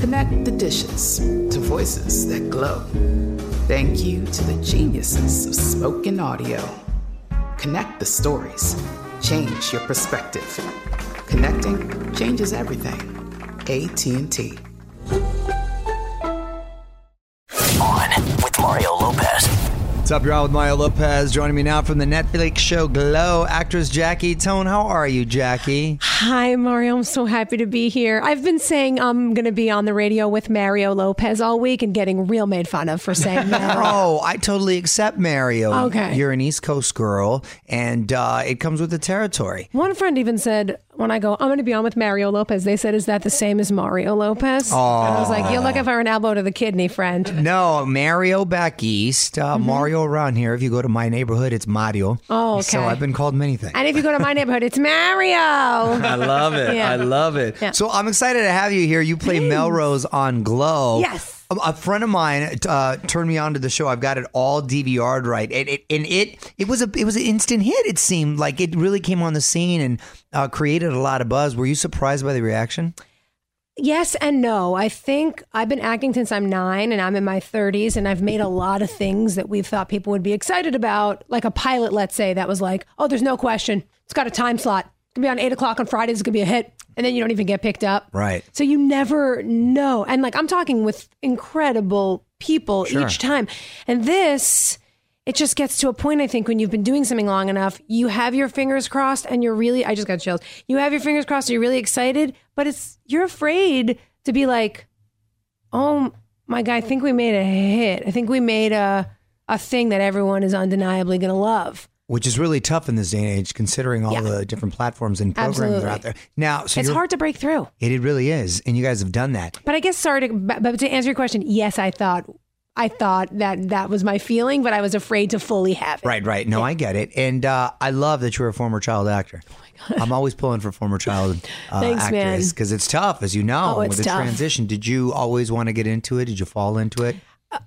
Connect the dishes to voices that glow. Thank you to the geniuses of spoken audio. Connect the stories. Change your perspective. Connecting changes everything. AT&T. On with Mario Lopez. What's up, y'all? With Mario Lopez joining me now from the Netflix show Glow, actress Jackie Tone. How are you, Jackie? Hi, Mario. I'm so happy to be here. I've been saying I'm going to be on the radio with Mario Lopez all week and getting real made fun of for saying that. Oh, I totally accept Mario. Okay. You're an East Coast girl, and uh, it comes with the territory. One friend even said, when I go, I'm going to be on with Mario Lopez, they said, Is that the same as Mario Lopez? And I was like, You're looking for an elbow to the kidney, friend. No, Mario back east, uh, Mario around here. If you go to my neighborhood, it's Mario. Mm-hmm. Oh, So okay. I've been called many things. And if you go to my neighborhood, it's Mario. I love it. Yeah. I love it. So I'm excited to have you here. You play Melrose on Glow. Um, Yes. A- A friend of mine uh, turned me on to the show. I've got it all DVR'd right, and it and it it was a it was an instant hit. It seemed like it really came on the scene and uh, created a lot of buzz. Were you surprised by the reaction? Yes and no. I think I've been acting since I'm nine and I'm in my 30s, and I've made a lot of things that we've thought people would be excited about, like a pilot, let's say, that was like, oh, there's no question. It's got a time slot. It's going to be on eight o'clock on Fridays. It's going to be a hit. And then you don't even get picked up. Right. So you never know. And like, I'm talking with incredible people each time. And this. It just gets to a point, I think, when you've been doing something long enough, you have your fingers crossed and you're really, I just got chills. You have your fingers crossed, you're really excited, but it's, you're afraid to be like, oh my God, I think we made a hit. I think we made a, a thing that everyone is undeniably going to love. Which is really tough in this day and age, considering all Yeah. the different platforms and programs that are out Absolutely. there. Now, so it's you're- hard to break through. It, it really is, and you guys have done that. But I guess sorry to but but to answer your question, yes, I thought I thought that that was my feeling, but I was afraid to fully have it. Right, right. No, I get it, and uh, I love that you're a former child actor. I'm always pulling for former child uh, Oh Thanks, actors man. because it's tough, as you know, Oh, it's with the tough. transition. Did you always want to get into it? Did you fall into it?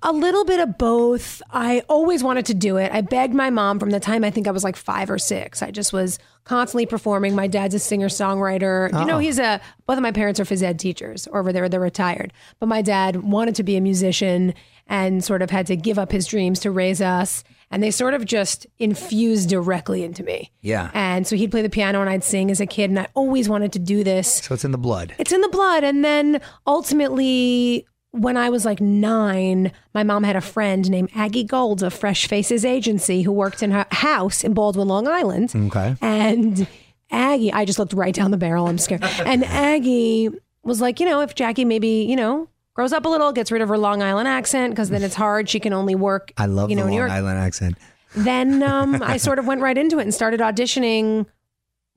A little bit of both. I always wanted to do it. I begged my mom from the time I think I was like five or six. I just was constantly performing. My dad's a singer songwriter. You know, he's a, both of my parents are phys ed teachers, or were- they're, they're retired. But my dad wanted to be a musician and sort of had to give up his dreams to raise us. And they sort of just infused directly into me. Yeah. And so he'd play the piano and I'd sing as a kid. And I always wanted to do this So it's in the blood. it's in the blood. And then ultimately, when I was like nine, my mom had a friend named Aggie Gold of Fresh Faces Agency who worked in her house in Baldwin, Long Island. Okay. And Aggie, I just looked right down the barrel. I'm scared. and Aggie was like, you know, if Jackie maybe, you know, grows up a little, gets rid of her Long Island accent, because then it's hard. She can only work. I love you know, the in New Long York. Island accent. Then um, I sort of went right into it and started auditioning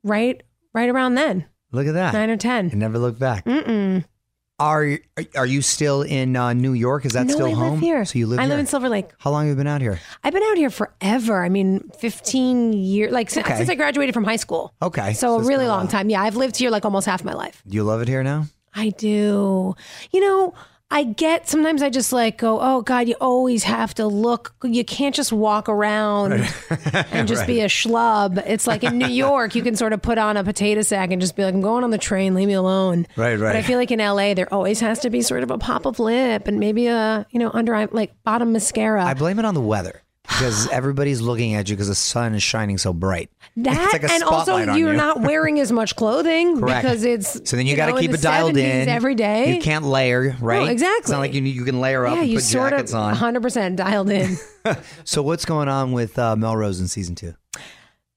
right right around then, Look at that. nine or And ten. never look back. Mm-mm. Are you- are you still in uh, New York? Is that no, still I home? live here. So you live I here. live in Silver Lake. How long have you been out here? I've been out here forever. I mean, 15 years, like since, Okay. since I graduated from high school. Okay. So, a it's really been long while. time. Yeah, I've lived here like almost half my life. You love it here now? I do. You know, I get sometimes I just like go, oh God, you always have to look. You can't just walk around and just be a schlub. It's like in New York, you can sort of put on a potato sack and just be like, I'm going on the train, leave me alone. Right, But I right. feel like in LA, there always has to be sort of a pop of lip and maybe a, you know, under eye, like bottom mascara. I blame it on the weather because everybody's looking at you because the sun is shining so bright. That It's like a and also spotlight on you're you. not wearing as much clothing Correct. because it's So then you, got know, to in keep the it dialed 70s in every day. You can't layer, right? It's exactly. not like you you can layer up yeah, and you put sort of jackets on. 100% dialed in. So what's going on with uh, Melrose in season two?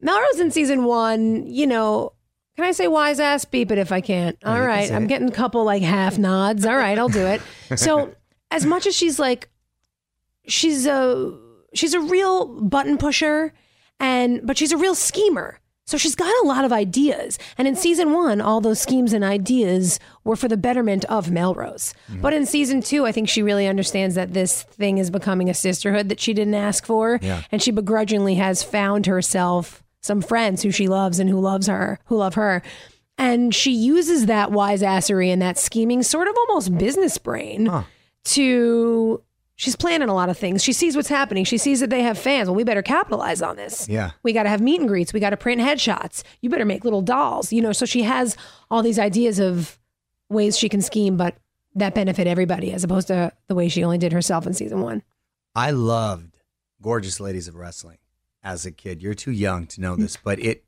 Melrose in season one, you know, can I say wise ass? Beep it if I can't. All can right. say I'm it. getting a couple like half nods. All right, I'll do it. So as much as she's like she's a she's a real button pusher and but she's a real schemer. So she's got a lot of ideas. And in season one, all those schemes and ideas were for the betterment of Melrose. But in season two, I think she really understands that this thing is becoming a sisterhood that she didn't ask for. Yeah. And she begrudgingly has found herself some friends who she loves and who loves her, who love her. And she uses that wise assery and that scheming sort of almost business brain to she's planning a lot of things. She sees what's happening. She sees that they have fans. Well, we better capitalize on this. Yeah. We got to have meet and greets. We got to print headshots. You better make little dolls. You know, so she has all these ideas of ways she can scheme, but that benefit everybody as opposed to the way she only did herself in season one. I loved Gorgeous Ladies of Wrestling as a kid. You're too young to know this, but it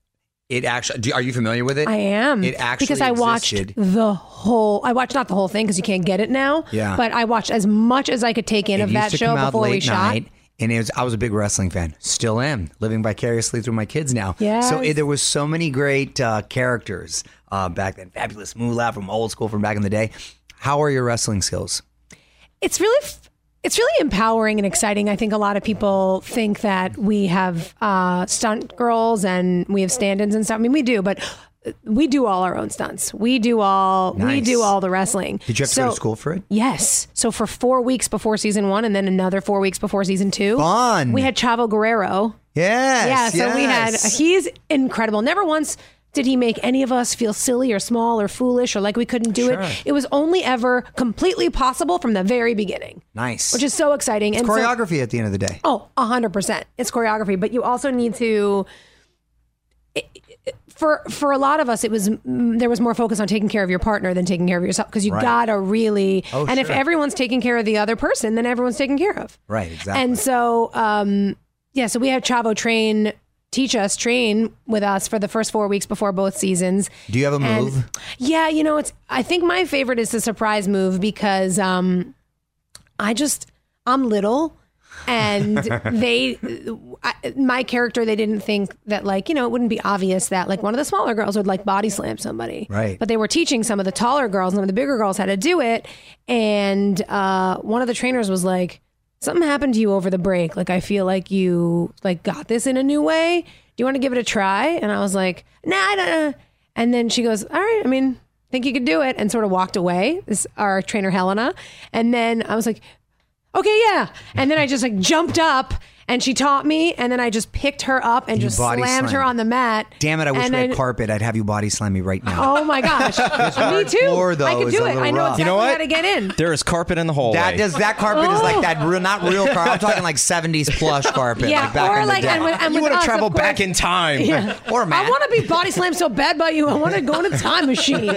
it actually do, are you familiar with it? I am. It actually because I existed. watched the whole. I watched not the whole thing because you can't get it now. Yeah. But I watched as much as I could take in It of used that to show come out before we late shot. night, And it was, I was a big wrestling fan, still am, living vicariously through my kids now. So Yes. it, there was so many great uh, characters uh, back then. Fabulous Moolah from old school from back in the day. How are your wrestling skills? it's really f- it's really empowering and exciting. I think a lot of people think that we have uh, stunt girls and we have stand-ins and stuff. I mean, we do, but uh, we do all our own stunts. We do all we Nice. do all the wrestling. Did you have to go So- to school for it? Yes. So for four weeks before season one, and then another four weeks before season two, Fun. we had Chavo Guerrero. yes. yeah. So we had yes. he's incredible. Never once did he make any of us feel silly or small or foolish or like we couldn't do Sure. it. It was only ever completely possible from the very beginning nice. which is so exciting. and so- choreography at the end of the day. oh, hundred percent, it's choreography. But you also need to. it- it- For for a lot of us, it was mm, there was more focus on taking care of your partner than taking care of yourself because you Right. gotta really. Oh, and if sure. everyone's taking care of the other person, then everyone's taken care of. Right. Exactly. And so, um, yeah, so we had Chavo train, teach us, train with us for the first four weeks before both seasons. Do you have a And- move? Yeah, you know, it's. I think my favorite is the surprise move because um, I just I'm little, and they, I, my character, they didn't think that like you know it wouldn't be obvious that like one of the smaller girls would like body slam somebody, Right. But they were teaching some of the taller girls, some of the bigger girls how to do it, and uh, one of the trainers was like. Something happened to you over the break. Like I feel like you like got this in a new way. Do you want to give it a try? And I was like, Nah, I don't. And then she goes, All right, I mean, think you could do it, and sort of walked away. This our trainer Helena. And then I was like, Okay, yeah. And then I just like jumped up and she taught me, and then I just picked her up and, you just body slammed her slammed. on the mat. Damn it! I wish And we had carpet. I'd have you body slam me right now. Oh my gosh. me too. floor, though, I could is do a it. little I know rough. exactly You know how what? to get in. There is carpet in the hallway. That does that carpet is Oh. like that real, not real carpet. I'm talking like 70s plush carpet, Yeah, like back or in like- the day. and with- and you with would have us, of traveled back course. in time. or Matt. I want to be body slammed so bad by you. I want to go in a time machine.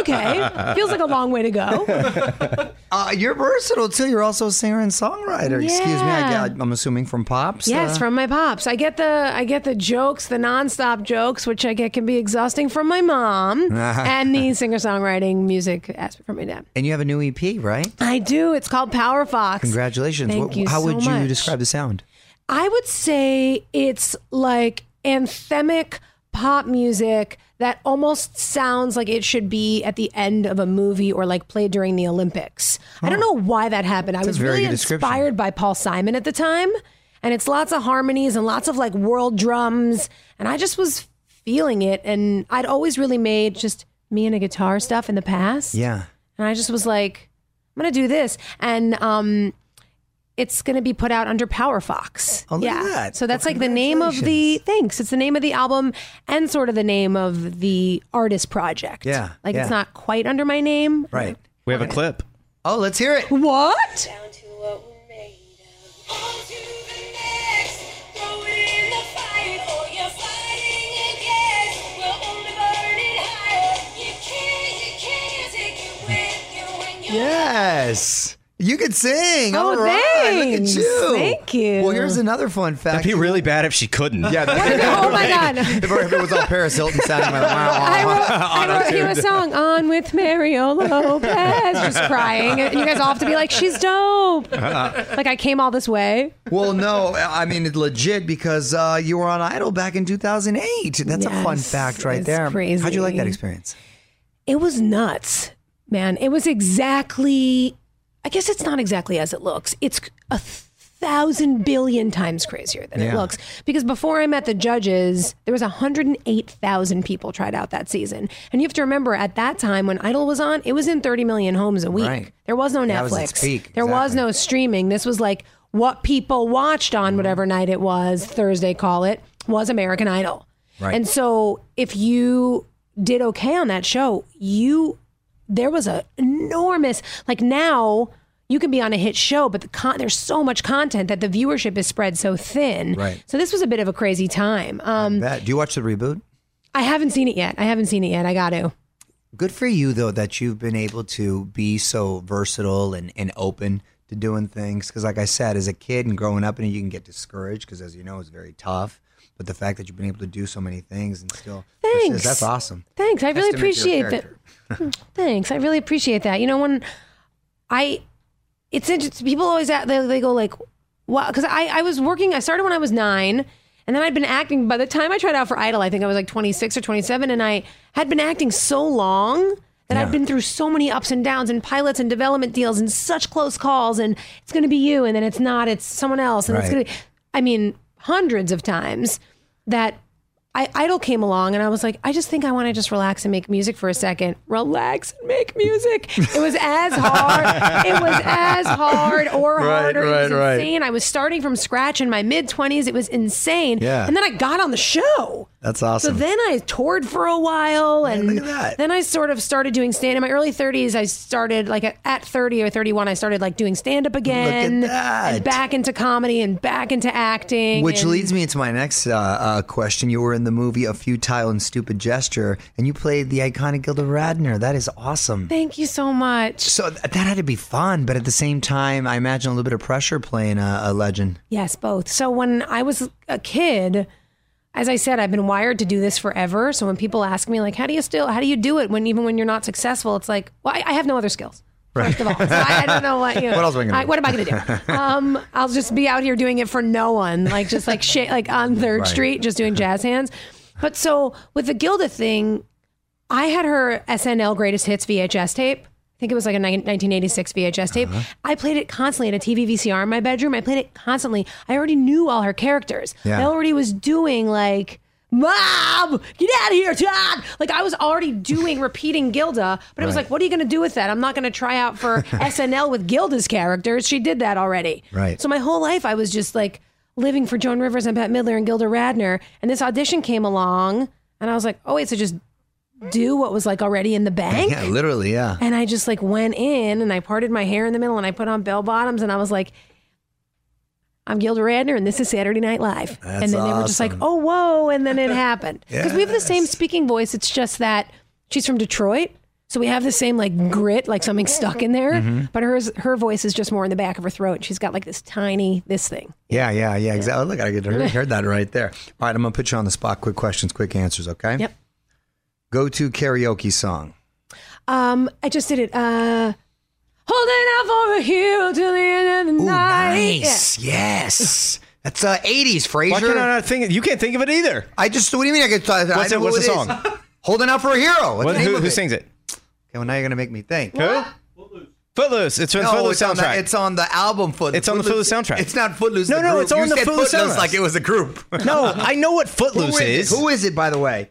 Okay. Feels like a long way to go. uh, you're versatile too. You're also a singer and songwriter. Excuse me. I, Yeah. I'm assuming from pops. Yes, uh, from my pops. I get the I get the jokes, the nonstop jokes, which I get can be exhausting from my mom, and the singer songwriting music aspect from my dad. and you have a new EP, right? I do. It's called Power Fox. Congratulations. Thank What- you How so would you much. describe the sound? I would say it's like anthemic pop music that almost sounds like it should be at the end of a movie or like played during the Olympics. I don't know why that happened. I That's a was very really good description. inspired by Paul Simon at the time, and it's lots of harmonies and lots of like world drums, and I just was feeling it. And I'd always really made just me and a guitar stuff in the past. Yeah. And I just was like, I'm gonna do this, and um, it's gonna be put out under Power Fox. Oh, look yeah. at that. So that's Well, like the name of the congratulations. thanks. It's the name of the album and sort of the name of the artist project. Yeah, Like yeah. it's not quite under my name. Right. We have a clip. Oh, let's hear it. What? down to what we're made of. On to the next. Throw in the fight, or you're fighting against. We're only burning higher. You can't, you can't take it with you when you're. Yes. You could sing. Oh, All right. thanks. Look at you. Thank you. Well, here's another fun fact. It'd be really bad if she couldn't. yeah. Oh my god. if it was all Paris Hilton sounding like I wow. wrote, I wrote you a song on with Mariola Lopez, just crying, and you guys all have to be like, "She's dope." Like I came all this way. Well, no, I mean it's legit because uh, you were on Idol back in 2008. That's a fun Yes, fact right it's there. crazy. How'd you like that experience? it was nuts, man. It was exactly, I guess it's not exactly as it looks. It's a thousand billion times crazier than it Yeah. looks. Because before I met the judges, there was 108,000 people tried out that season. And you have to remember at that time when Idol was on, it was in 30 million homes a week. Right. There was no That Netflix. was its peak, There was exactly. no streaming. This was like what people watched on whatever night it was, Thursday call it, was American Idol. Right. And so if you did okay on that show, you there was a enormous like now you can be on a hit show, but the con- there's so much content that the viewership is spread so thin. Right. So this was a bit of a crazy time. Um, That, do you watch the reboot? I haven't seen it yet. I haven't seen it yet. I got to. Good for you though that you've been able to be so versatile and, and open to doing things. Because like I said, as a kid and growing up, and you can get discouraged because as you know, it's very tough. But the fact that you've been able to do so many things and still persist, Thanks. that's awesome. Thanks. I really Testament to your appreciate that. character. Thanks. I really appreciate that. You know, when I, it's interesting. People always at, they, they go like, wow. Because I, I was working, I started when I was nine and then I'd been acting. By the time I tried out for Idol, I think I was like 26 or 27. And I had been acting so long that I'd been through so many ups and downs and pilots and development deals and such close calls. And it's going to be you. And then it's not, it's someone else. And it's Right. going to, I mean, hundreds of times that I, Idol came along and I was like, I just think I want to just relax and make music for a second. Relax and make music. It was as hard. it was as hard or Right, harder. it was right, right. insane. I was starting from scratch in my mid 20s. It was insane. Yeah. And then I got on the show. That's So awesome. then I toured for a while, and look at that. then I sort of started doing stand. In my early thirties, I started like at- at thirty or thirty-one, I started like doing stand up again, that. and back into comedy and back into acting. Which and- leads me into my next uh, uh, question. You were in the movie A Futile and Stupid Gesture, and you played the iconic Gilda Radner. That is awesome. Thank you so much. So th- that had to be fun, but at the same time, I imagine a little bit of pressure playing a, a legend. Yes, both. So when I was a kid, as I said, I've been wired to do this forever. So when people ask me, like, how do you still, how do you do it when even when you're not successful? It's like, well, I, I have no other skills. First of all, so I, I don't know what. You know, What else am I gonna do? What am I going to do? Um, I'll just be out here doing it for no one, like just like shit, like on Third Street, just doing jazz hands. But so with the Gilda thing, I had her SNL Greatest Hits VHS tape. I think it was like a ni- 1986 VHS tape. Uh-huh. I played it constantly in a TV VCR in my bedroom. I played it constantly. I already knew all her characters. Yeah. I already was doing like, Mom, get out of here, Todd. Like I was already doing repeating Gilda, but it was Right. like, what are you going to do with that? I'm not going to try out for SNL with Gilda's characters. She did that already. Right. So my whole life I was just like living for Joan Rivers and Pat Midler and Gilda Radner. And this audition came along and I was like, oh, wait, so just do what was like already in the bank. Yeah, literally, yeah. And I just like went in and I parted my hair in the middle and I put on bell bottoms and I was like, I'm Gilda Radner and this is Saturday Night Live. and then they were just like, oh, whoa. And then it happened. Because we have the same speaking voice. It's just that she's from Detroit. So we have the same like grit, like something stuck in there. Mm-hmm. But hers, her voice is just more in the back of her throat. She's got like this tiny, this thing. Yeah, yeah, yeah, exactly. Oh, Look, I could heard, heard that right there. All right, I'm going to put you on the spot. Quick questions, quick answers, okay? Yep. Go to karaoke song. Um, I just did it. Uh, holding out for a hero till the end of the Ooh, night. Yeah. nice. Yes. That's uh, 80s, Why Frasier. can't I not think? You can't think of it either. I just, what do you mean I could? I What's know it? What's who the is. song? Holding out for a hero. What's What, the name who, of who it? sings it? Okay, well now you're gonna make me think. Who? Footloose. It's from the No, Footloose it's on, the, soundtrack. it's on the album Footloose. It's on the Footloose soundtrack. It's not Footloose. No, the no, group. it's on You the said Footloose soundtrack. like it was a group. no, I know what Footloose who is. It? Who is it, by the way?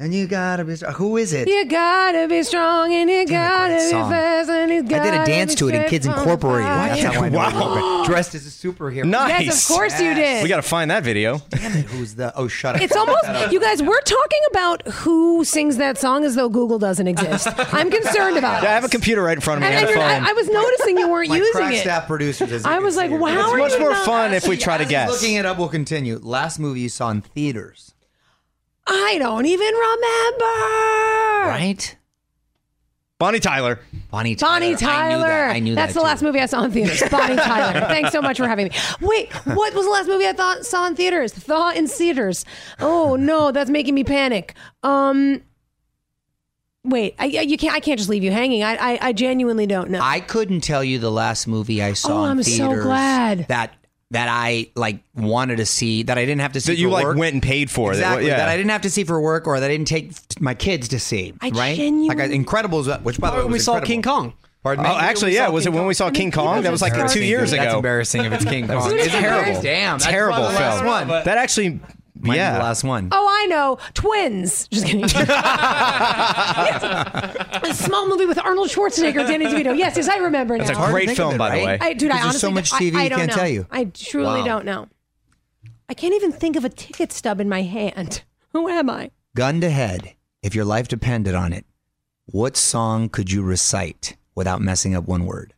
And you gotta be. Who is it? You gotta be strong and you Damn, gotta that great be song. fast and you I gotta did a dance be to it in straight Kids from the Incorporated. fire. That's how I know. I Wow. remember it. Dressed as a superhero. Nice. Yes, of course you did. We got to find that video. Damn it, who's the? Oh, shut up. It's almost, you guys, we're talking about who sings that song as though Google doesn't exist. I'm concerned about Yeah, I have a it. computer right in front of And, me. I and have a you're- I, I phone. was noticing you weren't My using crack it. staff producers. as you I can was like, see, are- wow, As It's are much you more not- fun if we he's try to guess. Looking it up, we'll continue. Last movie you saw in theaters, I don't even remember. right? Bonnie Tyler. Bonnie Tyler. Bonnie Tyler. I knew that. I knew That's that the too. last movie I saw in theaters. Bonnie Tyler. Thanks so much for having me. Wait, what was the last movie I thought saw in theaters? Thaw in theaters. Oh no, that's making me panic. Um, wait, I, I- you can't. I can't just leave you hanging. I, I, I genuinely don't know. I couldn't tell you the last movie I saw Oh, in I'm so theaters. glad. that that I like wanted to see that I didn't have to see That you for like work. went and paid for. That- exactly yeah. that I didn't have to see for work or that I didn't take my kids to see. I right? Like I, genuinely- Incredibles, uh, which by the way when we was saw incredible. King Kong. Pardon me. Oh, actually, yeah. Was it when we saw King Kong? That was like Embarrassing, two years dude. That's ago. embarrassing if it's King Kong. was It's embarrassing. terrible. Damn, that's terrible probably the last film. one, but- That actually, Might be yeah. the last one. Oh, I know. Twins. Just kidding. A small movie with Arnold Schwarzenegger, Danny DeVito. Yes, yes, I remember That's a now. hard to great think of film, it, by the right? way. I, dude, I There's just honestly so much I- TV I you don't can't know. tell you. I truly Wow. don't know. I can't even think of a ticket stub in my hand. Who am I? Gun to head, if your life depended on it, what song could you recite without messing up one word?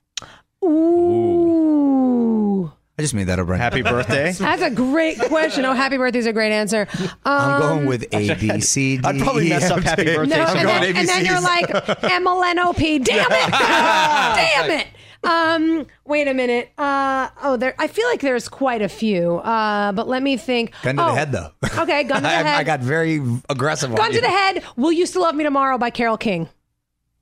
Ooh. I just made that up right Happy birthday. That's a great question. Oh, happy birthday's a great answer. I'm Um, going with A B C D. I'd probably E, mess F, up Happy J. Birthday No, I'm and, going then, and then you're like MLNOP. Damn it! Damn it! Um, wait a minute. Uh, oh, there. I feel like there's quite a few. Uh, but let me think. Gun to oh. the head, though. Okay, gun to the I, head. I got very aggressive. Gun on you. to the head. Will you still love me tomorrow by Carol King?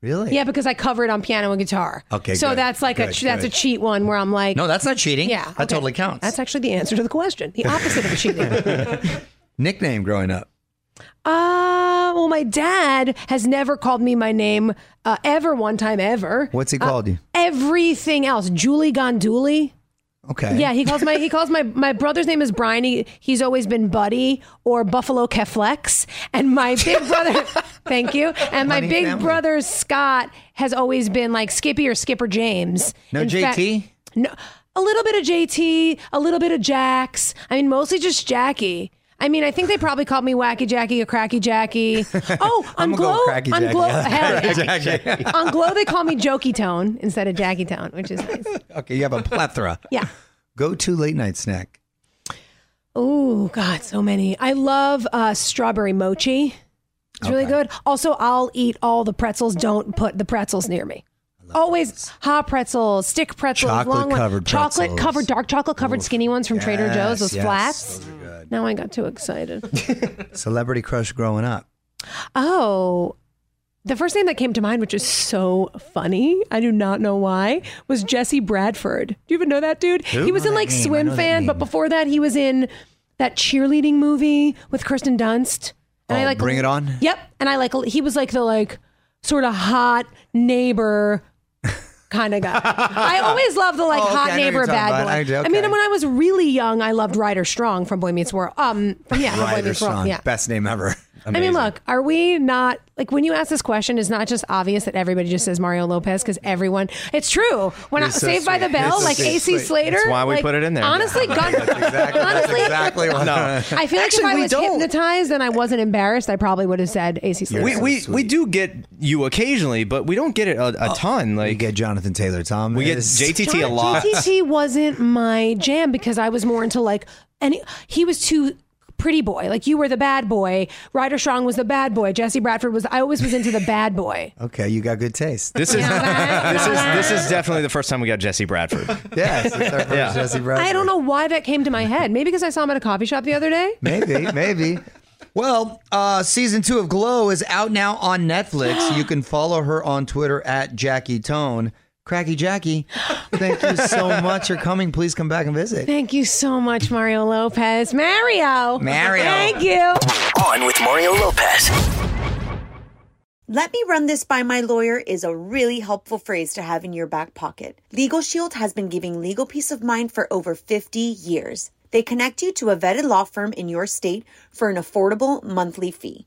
Really? Yeah, because I cover it on piano and guitar. Okay, So good, that's like a good, that's a good. cheat one where I'm like, No, that's not cheating. yeah, that okay. totally counts. That's actually the answer to the question. The opposite of cheating. nickname growing up. Uh, well, my dad has never called me my name uh, ever. One time ever. Uh, What's he called you? Everything else, Julie Gonduli. Okay. Yeah, he calls my he calls my my brother's name is Brian. He, he's always been Buddy or Buffalo Keflex, and my big brother, thank you, and my Funny big family. brother Scott has always been like Skippy or Skipper James. No In fact- JT? no, a little bit of JT, a little bit of Jax. I mean, mostly just Jackie. I mean, I think they probably called me Wacky Jackie or Cracky Jackie. Oh, I'm on gonna Glow, go cracky on Jackie. Glow, Yeah. hell yeah. Cracky Jackie. on Glow, they call me Jokey Tone instead of Jackie Tone, which is nice. Okay, you have a plethora. Yeah. Go to late night snack. Oh God, so many. I love uh, strawberry mochi. It's really good. Also, I'll eat all the pretzels. Don't put the pretzels near me. Always hot pretzels, stick pretzels, long ones, Chocolate-covered chocolate pretzels. covered, dark chocolate covered skinny ones from Trader Yes, Joe's, those yes, flats. those are good. Now I got too excited. Celebrity crush growing up. oh, the first name that came to mind, which is so funny, I do not know why, was Jesse Bradford. Do you even know that dude? He was I know that in like name. I Swim know that Fan, but name. before that, he was in that cheerleading movie with Kirsten Dunst. Oh, Bring It On? Yep. And I like he was like the like sort of hot neighbor kind of guy. I always love the like Oh, okay, I know hot what neighbor you're talking bad about. boy. I I, do, mean, okay. when I was really young, I loved Ryder Strong from Boy Meets World. Um, from yeah, from Boy Ryder Meets World. Strong. Yeah. Best name ever. I mean, look, are we not like when you ask this question? It's not just obvious that everybody just says Mario Lopez because everyone. It's true. When I, so Saved by the sweet. You're Bell, so like sweet. AC Sweet. Slater. That's why we like, put it in there. Honestly, God, Exactly. honestly, That's exactly what. No. I feel like Actually, if I we was don't. hypnotized and I wasn't embarrassed, I probably would have said AC Slater. We, we, we do get you occasionally, but we don't get it a, a ton. Like We Oh. get Jonathan Taylor Thomas. we get JTT a John lot. JTT wasn't my jam because I was more into like any. He was too pretty boy. Like you were the bad boy. Ryder Strong was the bad boy. Jesse Bradford was. I always was into the bad boy. Okay, you got good taste. This is that- this now is that- this is definitely the first time we got Jesse Bradford. yes, it's our first Yeah. Jesse Bradford. I don't know why that came to my head. Maybe because I saw him at a coffee shop the other day. Maybe, maybe. Well, uh, season two of Glow is out now on Netflix. You can follow her on Twitter at Jackie Tone. Cracky Jackie, thank you so much for coming. Please come back and visit. Thank you so much, Mario Lopez. Mario. Mario. Thank you. On with Mario Lopez. Let me run this by my lawyer is a really helpful phrase to have in your back pocket. Legal Shield has been giving legal peace of mind for over 50 years. They connect you to a vetted law firm in your state for an affordable monthly fee.